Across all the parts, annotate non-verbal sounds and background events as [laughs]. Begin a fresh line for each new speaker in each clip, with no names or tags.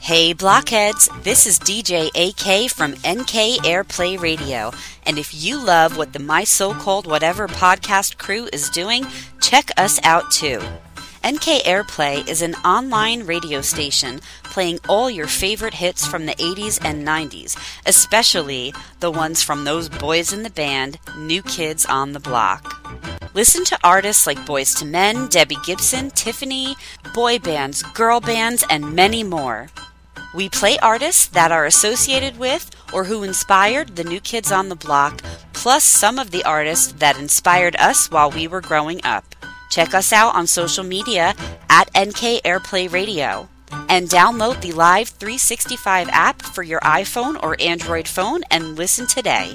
Hey Blockheads, this is DJ AK from NK Airplay Radio. And if you love what the My So Called Whatever podcast crew is doing, check us out too. NK Airplay is an online radio station playing all your favorite hits from the 80s and 90s, especially the ones from those boys in the band, New Kids on the Block. Listen to artists like Boys to Men, Debbie Gibson, Tiffany, boy bands, girl bands, and many more. We play artists that are associated with or who inspired the new kids on the block, plus some of the artists that inspired us while we were growing up. Check us out on social media at NK Airplay Radio and download the Live 365 app for your iPhone or Android phone and listen today.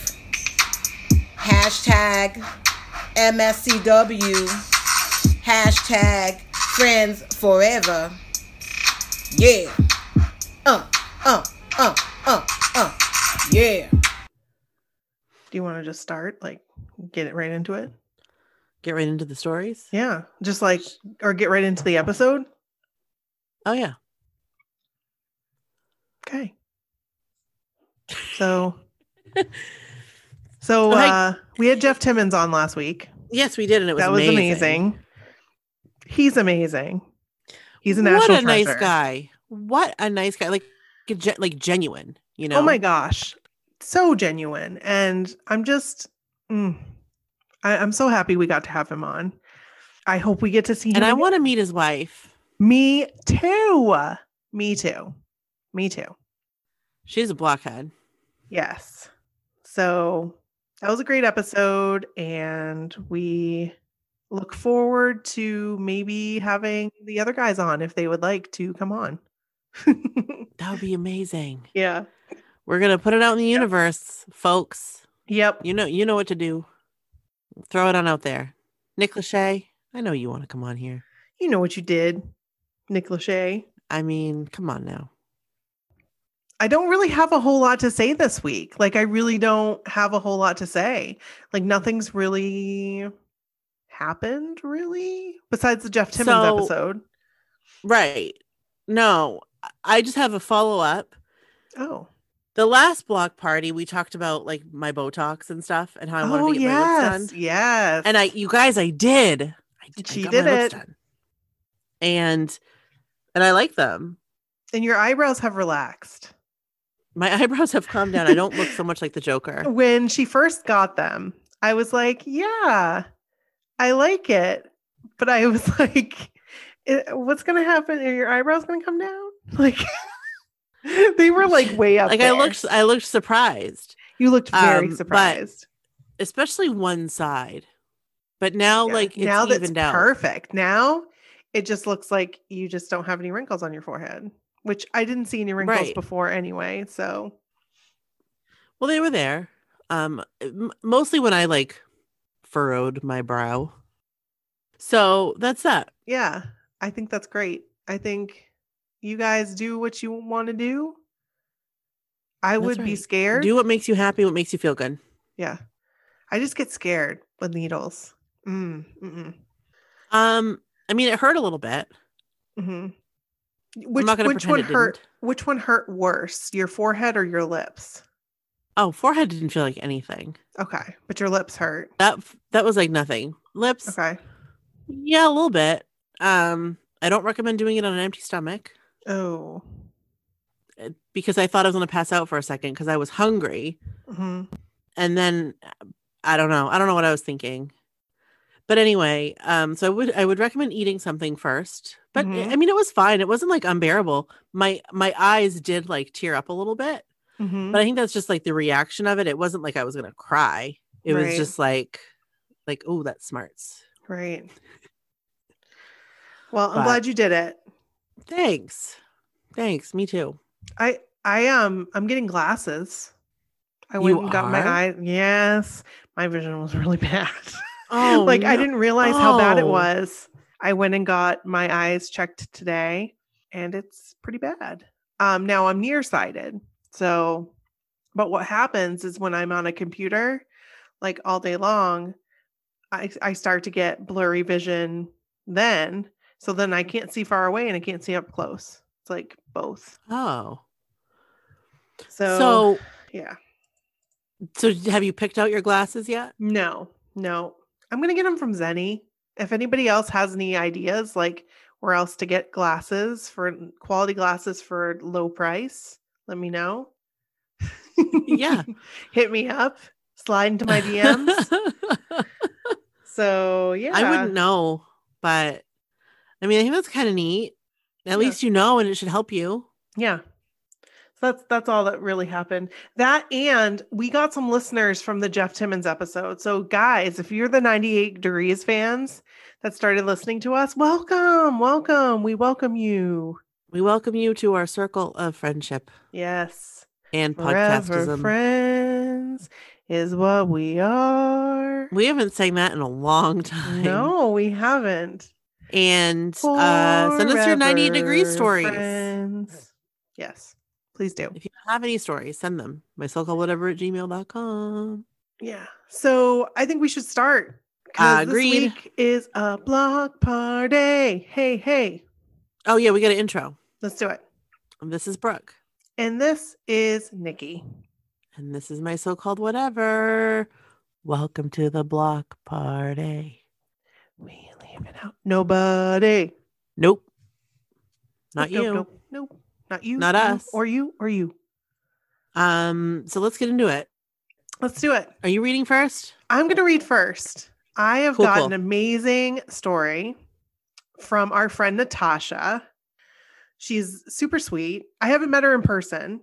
hashtag MSCW, hashtag friends forever. Yeah. Uh, uh, uh, uh, uh. Yeah.
Do you want to just start, like, get it right into it?
Mm-hmm. Get right into the stories.
Yeah, just like, or get right into the episode.
Oh yeah.
Okay.
[laughs]
So, so
Okay.
uh, we had Jeff Timmons on last week.
Yes, we did, and it was
that was amazing. He's amazing. He's a
what
national
a nice
treasure.
guy. What a nice guy. Like, ge- gen- like genuine. You know.
Oh my gosh, so genuine, and I'm just, mm, I, I'm so happy we got to have him on. I hope we get to see him.
And I
again.
want to meet his wife.
me too. Me too. Me too.
She's a blockhead.
Yes. So that was a great episode. And we look forward to maybe having the other guys on if they would like to come on. [laughs]
That would be amazing.
yeah.
We're gonna put it out in the universe, folks.
Yep.
You know, you know what to do. Throw it on out there. Nick Lachey, I know you want to come on here.
You know what you did, Nick Lachey.
I mean, come on now.
I don't really have a whole lot to say this week. Like, I really don't have a whole lot to say. Like, nothing's really happened, really, besides the Jeff Timmons
So-
episode.
Right. No, I- I just have a follow up.
Oh,
The last block party, we talked about like my Botox and stuff and how I
oh,
wanted to get my
yes.
lips done.
Yes.
And I, e you guys, I did. I did. I
She
got
did
my lips
it.
done. And, and I like them.
and your eyebrows have relaxed.
My [laughs] eyebrows have calmed down. I don't look so much like the Joker.
When she first got them, I was like, yeah, I like it. But I was [laughs] like, "Eh, what's going to happen? Are your eyebrows going to come down? [laughs] Like, they were like way up.
Like I
there.
looked, I looked surprised,
you looked very
um, but
surprised.
especially one side. But now,
Yeah.
like it's
now that's
evened out.
perfect. Now it just looks like you just don't have any wrinkles on your forehead, which I didn't see any wrinkles
Right.
before anyway. So,
Well, they were there. Um, m- mostly when I like furrowed my brow. So that's that.
yeah, I think that's great. I think you guys do what you want to do. I
That's
would be
right.
scared.
Do what makes you happy, what makes you feel good.
yeah. I just get scared with needles. Mm, mm-mm,
Um, I mean, it hurt a little bit.
mhm. Which,
not gonna
which
pretend
one
it didn't.
hurt? Which one hurt worse, your forehead or your lips?
Oh, forehead didn't feel like anything.
Okay, but your lips hurt.
That f- that was like nothing. Lips,
Okay.
yeah, a little bit. Um, I don't recommend doing it on an empty stomach
Oh.
uh, because I thought I was gonna pass out for a second because I was hungry,
hmm
and then uh, I don't know. I don't know what I was thinking. But anyway, um, so I would I would recommend eating something first. But I-
Mhm.
I mean, it was fine. It wasn't like unbearable. My my eyes did like tear up a little bit,
Mm-hmm.
but I think that's just like the reaction of it. It wasn't like I was gonna cry. It was
Right.
just like, like, oh, that smarts.
Right. Well, I'm
But-
glad you did it.
Thanks. Thanks. Me too.
I I um I'm getting glasses. I
You
went and got my
are?
eye. Yes, my vision was really [laughs] bad.
Oh,
[laughs] like I
no.
didn't realize how bad it
Oh.
was. I went and got my eyes checked today, and it's pretty bad. Um, now I'm nearsighted. So, but what happens is when I'm on a computer, like all day long, I I start to get blurry vision. Then, so then I can't see far away and I can't see up close. It's like both.
Oh.
So,
so
yeah,
So have you picked out your glasses yet?
no, no. I'm gonna get them from Zenny. If anybody else has any ideas, like where else to get glasses for quality glasses for low price, let me know.
Yeah.
[laughs] hit me up. Slide into my
[laughs]
DMs. so yeah,
I wouldn't know, but I mean, I think that's kind of neat. At
Yeah.
least you know, and it should help you.
Yeah. So that's that's all that really happened. That and we got some listeners from the Jeff Timmons episode. So guys, if you're the 98 degrees fans that started listening to us, welcome, welcome. We welcome you.
We welcome you to our circle of friendship
Yes.
and
Forever
podcastism.
friends is what we are.
we haven't sang that in a long time.
No, we haven't.
And uh, send us your 98 degree
Forever
stories.
friends. Yes. Please do.
If you have any stories, send them. My so called whatever at gmail.com.
Yeah. So I think we should start. 'cause
Agreed.
This week is a block party. Hey, hey,
Oh, yeah, we got an intro.
let's do it.
This is Brooke.
And this is Nikki.
And this is my so called whatever. Welcome to the block party.
We ain't leaving out nobody.
Nope. Not
nope,
you.
Nope, nope, nope. Not you.
Not
you,
us.
Or you, or you.
Um, so let's get into it.
Let's do it.
Are you reading first?
I'm going to read first. I have
Cool,
got
cool.
an amazing story from our friend Natasha. She's super sweet. I haven't met her in person,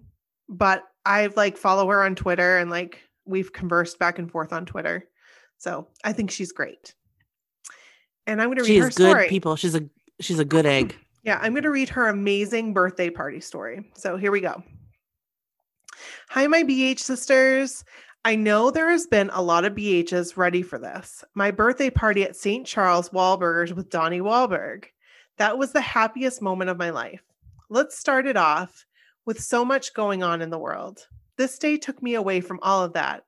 but I've like follow her on Twitter and like we've conversed back and forth on Twitter. So I think she's great. And I'm going to read
She
her
is good
story.
people. She's a she's a good egg.
Yeah, I'm going to read her amazing birthday party story. So here we go. Hi, my BH sisters. I know there has been a lot of BHs ready for this. My birthday party at St. Charles Wahlburgers with Donnie Wahlberg. That was the happiest moment of my life. Let's start it off with so much going on in the world. This day took me away from all of that.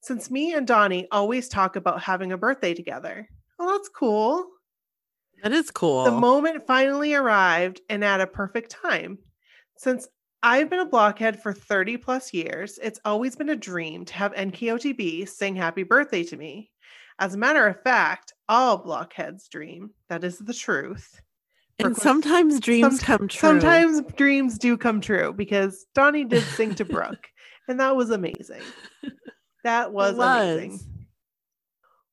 Since me and Donnie always talk about having a birthday together. Oh, that's cool.
That is cool.
The moment finally arrived and at a perfect time. Since I've been a blockhead for 30 plus years, it's always been a dream to have NKOTB sing happy birthday to me. As a matter of fact, all blockheads dream. That is the truth.
and
Brooke was-
sometimes dreams
somet-
come true.
Sometimes dreams do come true because Donnie did sing
[laughs]
to Brooke, and that was amazing. That was, amazing.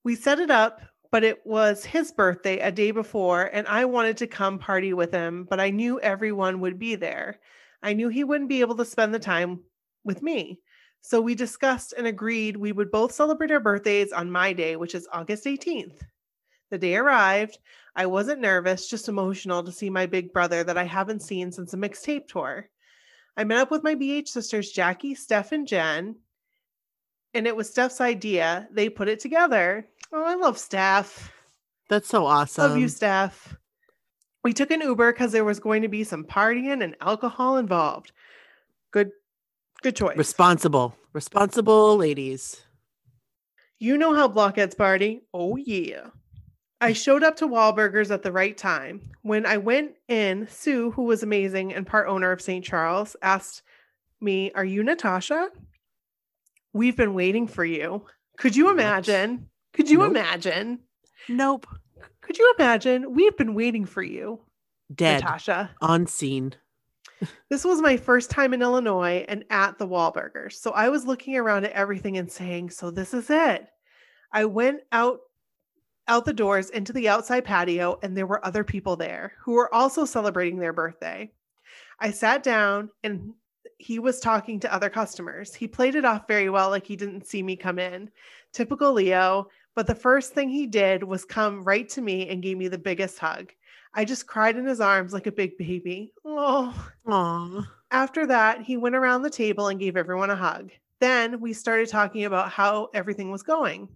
We set it up, but it was his birthday a day before, and I wanted to come party with him, but I knew everyone would be there. I knew he wouldn't be able to spend the time with me. So we discussed and agreed we would both celebrate our birthdays on my day, which is August 18th. The day arrived. I wasn't nervous, just emotional to see my big brother that I haven't seen since the mixtape tour. I met up with my BH sisters, Jackie, Steph, and Jen, and it was Steph's idea. They put it together. Oh, I love Steph.
That's so awesome.
Love you, Steph. We took an Uber because there was going to be some partying and alcohol involved. Good, good choice.
Responsible. Responsible ladies.
You know how blockheads party. Oh, yeah. I showed up to Wahlburgers at the right time. When I went in, Sue, who was amazing and part owner of St. Charles, asked me, Are you Natasha? We've been waiting for you. Could you
Nope.
imagine? Could you
Nope.
imagine?
Nope.
Could you imagine? We've been waiting for you,
Dead.
Natasha.
On scene.
This was my first time in Illinois and at the Wahlburgers. So I was looking around at everything and saying, so this is it. I went out out the doors into the outside patio and there were other people there who were also celebrating their birthday. I sat down and he was talking to other customers. He played it off very well like he didn't see me come in. Typical Leo. But the first thing he did was come right to me and gave me the biggest hug. I just cried in his arms like a big baby. Oh.
Aw.
After that, he went around the table and gave everyone a hug. Then we started talking about how everything was going.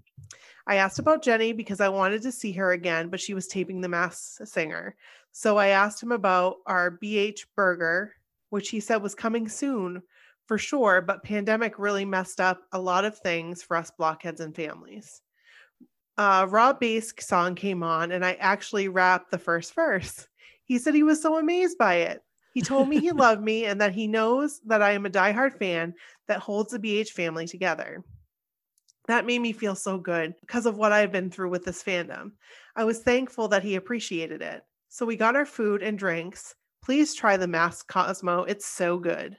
I asked about Jenny because I wanted to see her again, but she was taping The Mass Singer. So I asked him about our BH burger, which he said was coming soon for sure, but pandemic really messed up a lot of things for us blockheads and families. Uh, Rob Bass song came on, and I actually rapped the first verse. He said he was so amazed by it. He told me he loved me and that he knows that I am a diehard fan that holds the BH family together. That made me feel so good because of what I've been through with this fandom. I was thankful that he appreciated it. So we got our food and drinks. Please try the mask Cosmo. It's so good.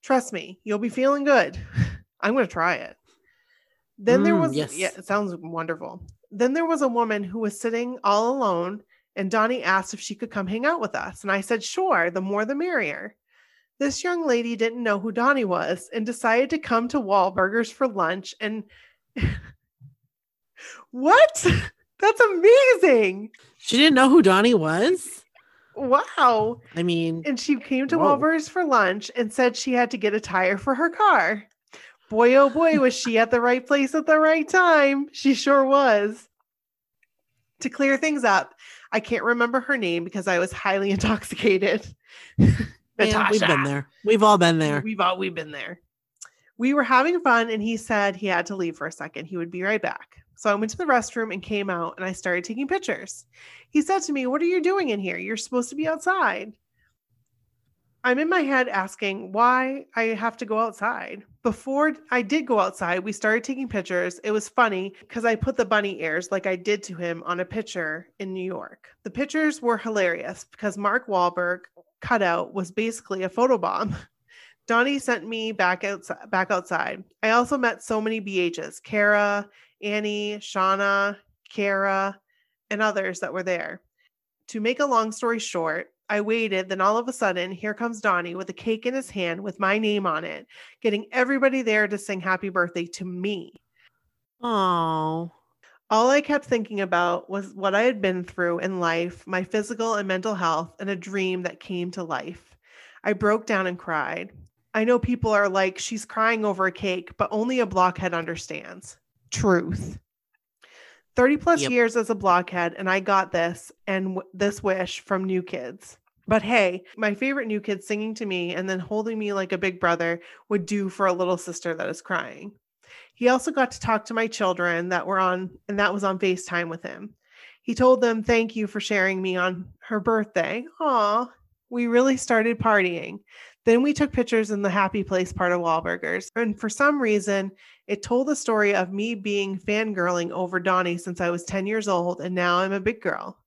Trust me, you'll be feeling
[laughs]
good. I'm going to try it. Then there
Mm,
was,
yes.
yeah, it sounds wonderful. Then there was a woman who was sitting all alone and Donnie asked if she could come hang out with us. And I said, sure, the more the merrier. This young lady didn't know who Donnie was and decided to come to Wahlburgers for lunch. And [laughs] what? That's amazing.
She didn't know who Donnie was.
Wow.
I mean,
And she came to
Whoa.
Wahlburgers for lunch and said she had to get a tire for her car. Boy, oh boy, was she at the right place at the right time. She sure was. To clear things up, I can't remember her name because I was highly [laughs] intoxicated.
man, we've been there. We've all been there.
We've all we've been there. We were having fun and he said he had to leave for a second. He would be right back. So I went to the restroom and came out and I started taking pictures. He said to me, What are you doing in here? You're supposed to be outside. I'm in my head asking why I have to go outside. Before I did go outside, we started taking pictures. It was funny because I put the bunny ears like I did to him on a picture in New York. The pictures were hilarious because Mark Wahlberg cutout was basically a photobomb. Donnie sent me back outside. Back outside. I also met so many BHs: Kara, Annie, Shauna, Kara, and others that were there. To make a long story short, I waited. Then all of a sudden, here comes Donnie with a cake in his hand with my name on it, getting everybody there to sing "Happy Birthday" to me.
Oh,
All I kept thinking about was what I had been through in life, my physical and mental health, and a dream that came to life. I broke down and cried. I know people are like, she's crying over a cake, but only a blockhead understands. Truth. 30 plus
Yep.
years as a blockhead, and I got this and w- this wish from New Kids. But hey, my favorite New Kids singing to me and then holding me like a big brother would do for a little sister that is crying. He also got to talk to my children that were on, and that was on FaceTime with him. He told them, Thank you for sharing me on her birthday. Aw, we really started partying. Then we took pictures in the happy place part of Wahlburgers. And for some reason, it told the story of me being fangirling over Donnie since I was 10 years old, and now I'm a big girl.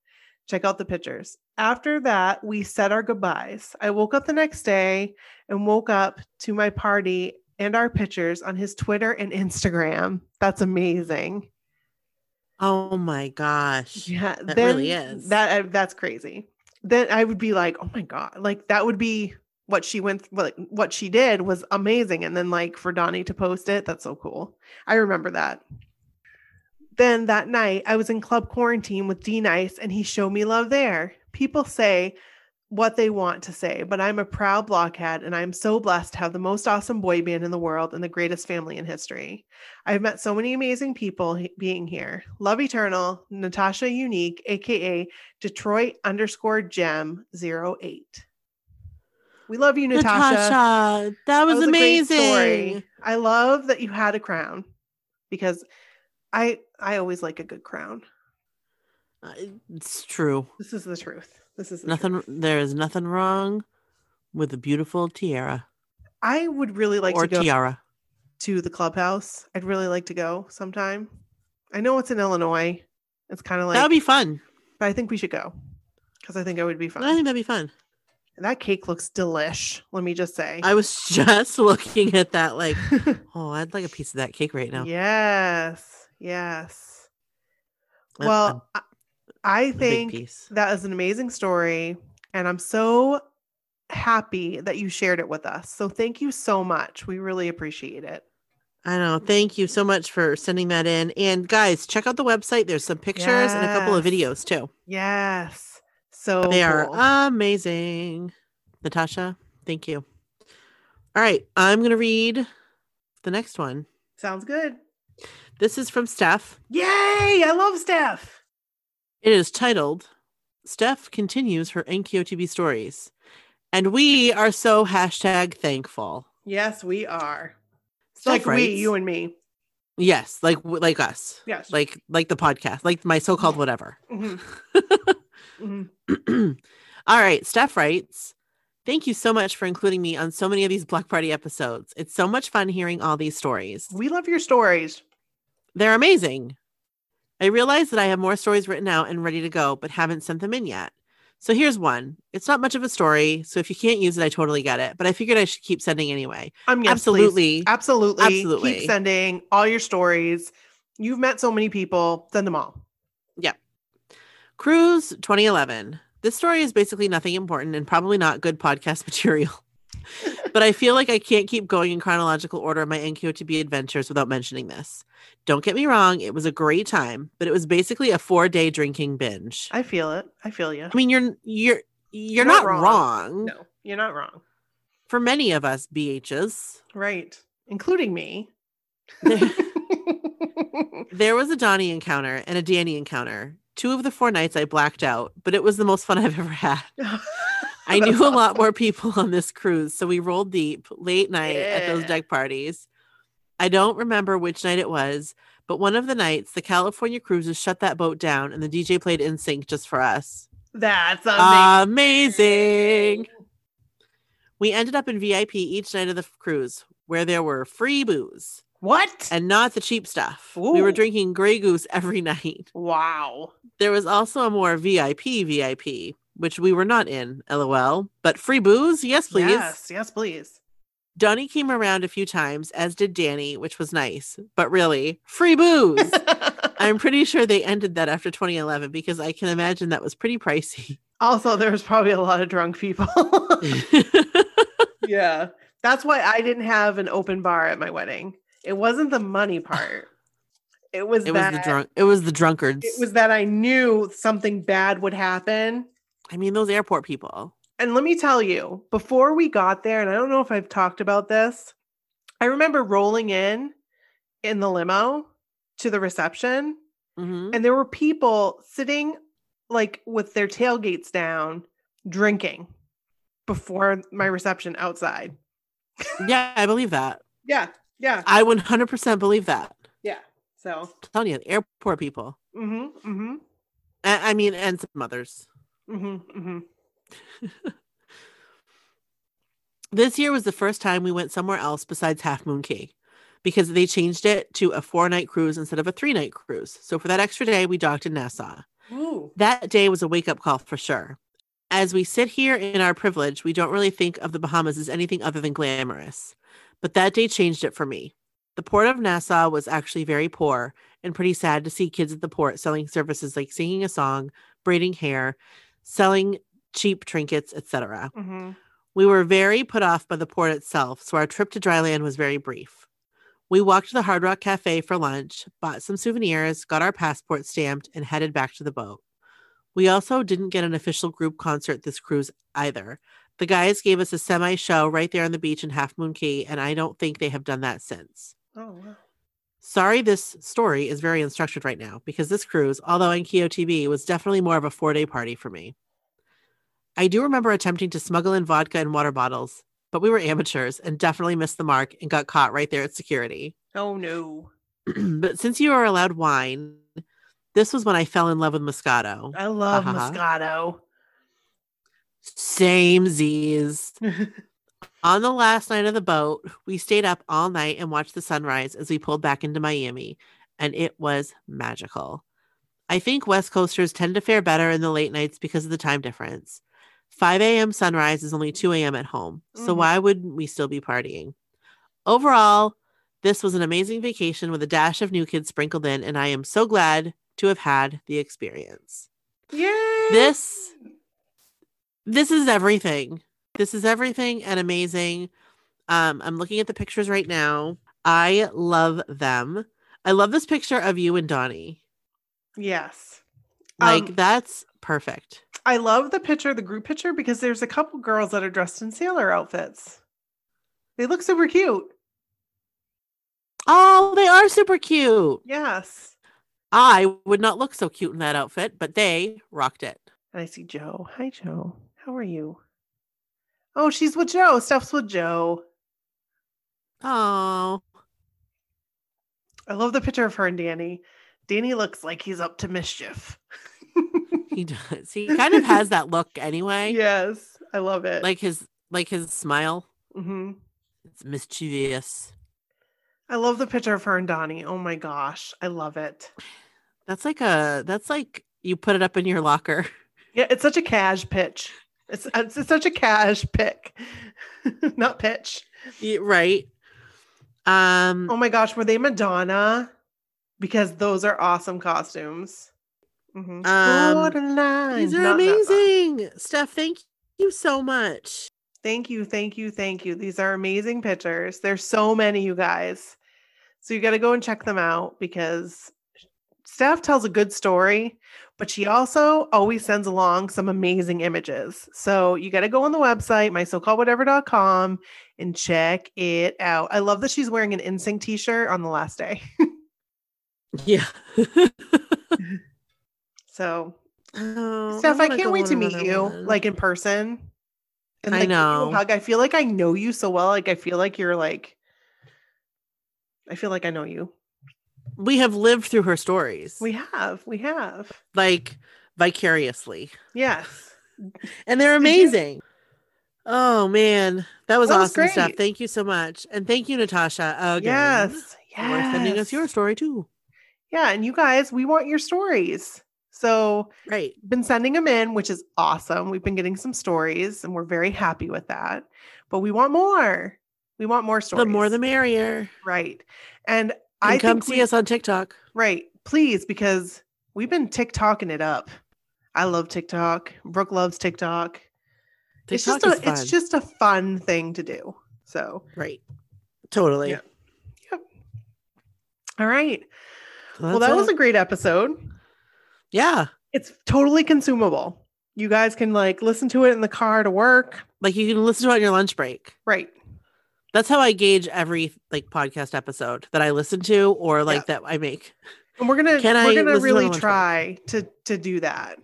Check out the pictures. After that, we said our goodbyes. I woke up the next day and woke up to my party and our pictures on his Twitter and Instagram. That's amazing.
oh my gosh.
Yeah,
That
then
really is.
that uh, that's crazy. Then I would be like, oh my god, like that would be what she went, th- like what she did was amazing. And then like for Donnie to post it, that's so cool. I remember that. Then that night, I was in club quarantine with D Nice, and he showed me love there. People say what they want to say, but I'm a proud blockhead, and I'm so blessed to have the most awesome boy band in the world and the greatest family in history. I've met so many amazing people he- being here. Love Eternal, Natasha Unique, aka Detroit underscore gem 08. We love you, Natasha.
Natasha, that was,
a great
amazing.
story. I love that you had a crown because I I always like a good crown.
Uh, It's true.
This is the truth. This is the
Nothing.
truth.
There is nothing wrong with a beautiful tiara
I would really like
or
to go
tiara.
to the clubhouse. I'd really like to go sometime. I know it's in Illinois. It's kind of like,
that would be fun.
but I think we should go because I think it would be fun.
I think that'd be fun.
And that cake looks delish. Let me just say.
I was [laughs] just looking at that, like,
[laughs]
oh, I'd like a piece of that cake right now.
Yes. Yes.
A- a-
well, I I
a
think
big piece.
That is an amazing story. And I'm so happy that you shared it with us. So thank you so much. We really appreciate it.
I know. Thank you so much for sending that in. And guys, check out the website. There's some pictures and a couple of
Yes.
videos too.
Yes. So
They are Uh,
cool.
amazing. Natasha, thank you. All right. I'm going to read the next one.
Sounds good.
This is from Steph.
Yay! I love Steph.
It is titled Steph Continues Her NQTB Stories. And we are so hashtag thankful.
Yes, we are. It's
Steph
like we,
writes-
you and me.
Yes, like like us.
Yes.
Like like the podcast, like my so-called whatever. [laughs]
Mhm. Mhm.
All right, Steph writes, Thank you so much for including me on so many of these Black Party episodes. It's so much fun hearing all these stories.
We love your stories.
They're amazing. I realize that I have more stories written out and ready to go, but haven't sent them in yet. So here's one. It's not much of a story, so if you can't use it, I totally get it. But I figured I should keep sending anyway.
Um, yes, please.
Absolutely.
Absolutely.
Absolutely.
Keep sending all your stories. You've met so many people. Send them all.
Cruise 2011. This story is basically nothing important and probably not good podcast [laughs] material. but I feel like I can't keep going in chronological order of my NQTB adventures without mentioning this. Don't get me wrong, it was a great time, but it was basically a 4-day drinking binge.
I feel it. I feel you.
I mean, you're you're you're,
not
not,
wrong.
wrong.
No, you're not wrong.
For many of us [laughs] BHs,
Right. Including me. [laughs]
there was a Donnie encounter and a Danny encounter. Two of the four nights I blacked out, but it was the most fun I've ever had. I knew
That's
a lot
awesome.
more people on this cruise, so we rolled deep late night at those
Yeah.
deck parties. I don't remember which night it was, but one of the nights the California cruises shut that boat down and the DJ played in sync just for us.
[laughs] That's
Uh,
amazing.
Amazing. We ended up in VIP each night of the cruise where there were free booze
What?
and not the cheap stuff. We
Ooh.
were drinking Grey Goose every [laughs] night.
wow.
There was also a more VIP VIP, which we were not in, lol. But free booze? Yes, please.
Yes, yes, please. [laughs]
Donnie came around a few times, as did Danny, which was nice, but really,
[laughs]
free booze. I'm pretty sure they ended that after 2011 because I can imagine that was
[laughs]
pretty pricey.
also, there was probably a lot of drunk people. [laughs] yeah. That's why I didn't have an open bar at my wedding. It wasn't the money part. It was
it was
that
the drunk. It was the drunkards.
it was that I knew something bad would happen.
I mean, those airport people.
And let me tell you, before we got there, and I don't know if I've talked about this, I remember rolling in in the limo to the reception [laughs]
Mhm.
and there were people sitting like with their tailgates down drinking before my reception outside
Yeah, I believe that.
yeah yeah
I 100% believe that.
yeah so
I'm telling you, airport people.
mhm mhm
I, I mean, and some others.
mhm mhm
This year was the first time we went somewhere else besides Half Moon Cay because they changed it to a four night cruise instead of a three night cruise. So for that extra day, we docked in Nassau.
Ooh.
That day was a wake up call for sure. As we sit here in our privilege, we don't really think of the Bahamas as anything other than glamorous. But that day changed it for me. The port of Nassau was actually very poor and pretty sad to see kids at the port selling services like singing a song, braiding hair, selling cheap trinkets, etc.
mhm
We were very put off by the port itself, so our trip to dryland was very brief. We walked to the Hard Rock Cafe for lunch, bought some souvenirs, got our passport stamped, and headed back to the boat. We also didn't get an official group concert this cruise either. The guys gave us a semi show right there on the beach in Half Moon Key, and I don't think they have done that since.
oh wow.
Sorry, this story is very unstructured right now because this cruise, although in Keo TV, was definitely more of a four day party for me. I do remember attempting to smuggle in vodka and water bottles, but we were amateurs and definitely missed the mark and got caught right there at security. [clears throat]
oh no
but since you are allowed wine, this was when I fell in love with Moscato.
i love
Uh-huh.
moscato
Same Z's. On the last night of the boat, we stayed up all night and watched the sunrise as we pulled back into Miami, and it was magical. I think West Coasters tend to fare better in the late nights because of the time difference. 5 a.m. sunrise is only 2 a.m. at home, so
Mhm.
why wouldn't we still be partying? Overall, this was an amazing vacation with a dash of new kids sprinkled in, and I am so glad to have had the experience.
yeah
This this is everything. This is everything and amazing. Um, I'm looking at the pictures right now. I love them. I love this picture of you and Donnie.
Yes.
Like
Um,
that's perfect.
I love the picture, the group picture, because there's a couple girls that are dressed in sailor outfits. They look super cute.
Oh, they are super cute.
Yes.
I would not look so cute in that outfit, but they rocked it.
And I see Joe. Hi, Joe. How are you? Oh, she's with Joe. Steph's with Joe.
Oh,
I love the picture of her and Danny. Danny looks like he's up to mischief. [laughs]
he [laughs] does. He kind of has that look
[laughs]
anyway.
yes, I love it.
Like his like his smile.
hmm
It's mischievous.
I love the picture of her and Donnie. Oh my gosh, I love it.
That's like a that's like you put it up in your locker.
Yeah, it's such a cash pitch. It's it's, it's such a cash pick, [laughs] not pitch.
Yeah, right. Um
Oh my gosh, were they Madonna? Because those are awesome costumes. Mhm.
Um,
Borderline,
these are
Oh, not uh, that song.
amazing. Steph, thank you so much.
Thank you, thank you, thank you. These are amazing pictures. There's so many, you guys. So you got to go and check them out because Steph tells a good story, but she also always sends along some amazing images. So you got to go on the website, mysocalledwhatever.com, and check it out. I love that she's wearing an NSYNC t-shirt on the last day.
Yeah.
So
Oh,
Steph, I
wanna
can't
go
wait
on
to meet
another
you
one.
like in person. And
I
like, give you a
know.
hug. I feel like I know you so well. Like I feel like you're like I feel like I know you.
we have lived through her stories.
We have. We have.
like vicariously.
Yes.
[sighs] And they're
Did you-
amazing. Oh man, that was
That was
awesome stuff.
great.
Thank you so much. And thank you Natasha again.
Yes.
For sending us
Yes.
your story too.
Yeah, and you guys, we want your stories. So,
Right.
been sending them in, which is awesome. We've been getting some stories and we're very happy with that. But we want more. We want more stories.
The more the merrier.
right. And,
And
I
come
think
see
we-
us on TikTok.
Right. Please, because we've been TikToking it up. I love TikTok. Brooke loves TikTok.
TikTok
it's just
is
a it's
fun.
just a fun thing to do. So
right. Totally.
Yeah. all right. well,
That's
that was
it.
a great episode.
yeah.
It's totally consumable. You guys can like listen to it in the car to work.
Like you can listen to it on your lunch break.
Right.
That's how I gauge every like podcast episode that I listen to or like that I make.
And we're gonna
Can I
we're gonna
listen to
really
the lunch
try to to do that.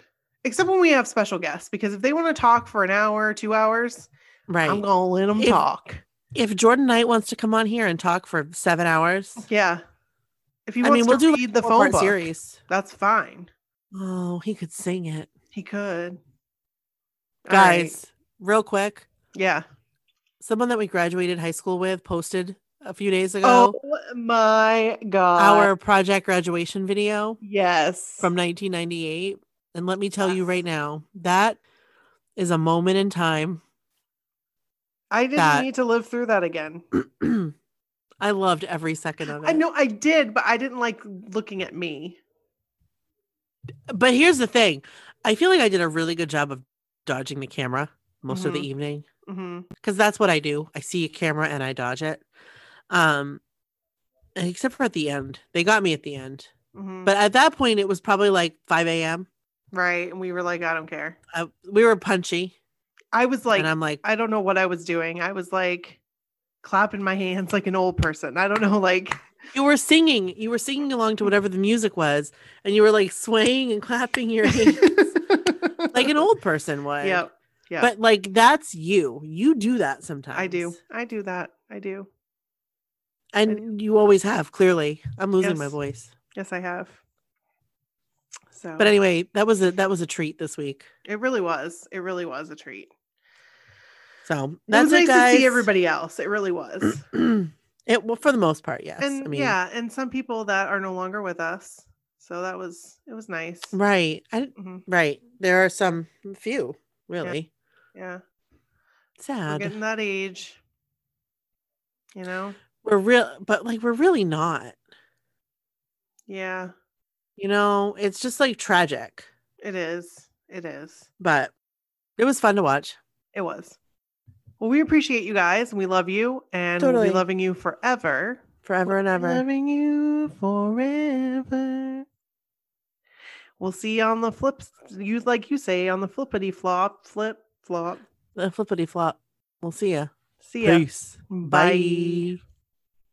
Except when we have special guests, because if they want to talk for an hour, two hours,
Right.
I'm gonna let them
If-
talk.
if Jordan Knight wants to come on here and talk for seven hours,
Yeah. If you
I
want
mean,
to
we'll do like,
read
a
the phone
four-part
book,
series.
that's fine.
Oh, he could sing it.
He could. All right.
Guys, real quick,
Yeah.
someone that we graduated high school with posted a few days ago
Oh my god.
our project graduation video
yes.
from 1998. And let me tell you
Yes.
right now, that is a moment in time. [clears throat]
I didn't
that.
need to live through that again.
I loved every second of it.
I know I did, but I didn't like looking at me.
But here's the thing I feel like I did a really good job of dodging the camera most of the
Mhm.
evening.
hmm
because that's what I do. I see a camera and I dodge it. Um, except for at the end, they got me at the end.
hmm
But at that point, it was probably like 5 a.m.
right, and we were like, I don't care.
I, we were punchy,
I was like,
and I'm like,
I don't know what I was doing. I was like clapping my hands like an old person. I don't know, like
you were singing, you were singing along to whatever the music was, and you were like swaying and [laughs]
[laughs]
clapping your hands [laughs] like an old person would.
Yep. Yeah.
But like that's you. You do that sometimes.
I do. I do that. I do.
and you always have. Clearly, I'm losing my
Yes. Oh,
voice.
Yes, I have. So,
But anyway, that was a that was a treat this week.
it really was. It really was a treat.
So
That's
that's
it was
it,
nice to see
guys.
everybody else. It really was.
[clears throat] it well for the most part, yes.
and
I mean,
yeah, and some people that are no longer with us. So that was it was nice.
right, I, didn't-
Mhm.
right. There are some few really
Yeah, we're
sad.
getting that age. You know.
We're real, but like we're really not.
Yeah,
You know, it's just like tragic.
it is. It is.
But it was fun to watch.
It was. Well, we appreciate you guys and we love you and we'll
Totally.
be loving you forever.
forever and ever.
Loving you forever. We'll see you on the flips. You like you say on the flippity flop, flip flop.
The flippity flop.
We'll see ya.
See ya.
Peace.
Bye.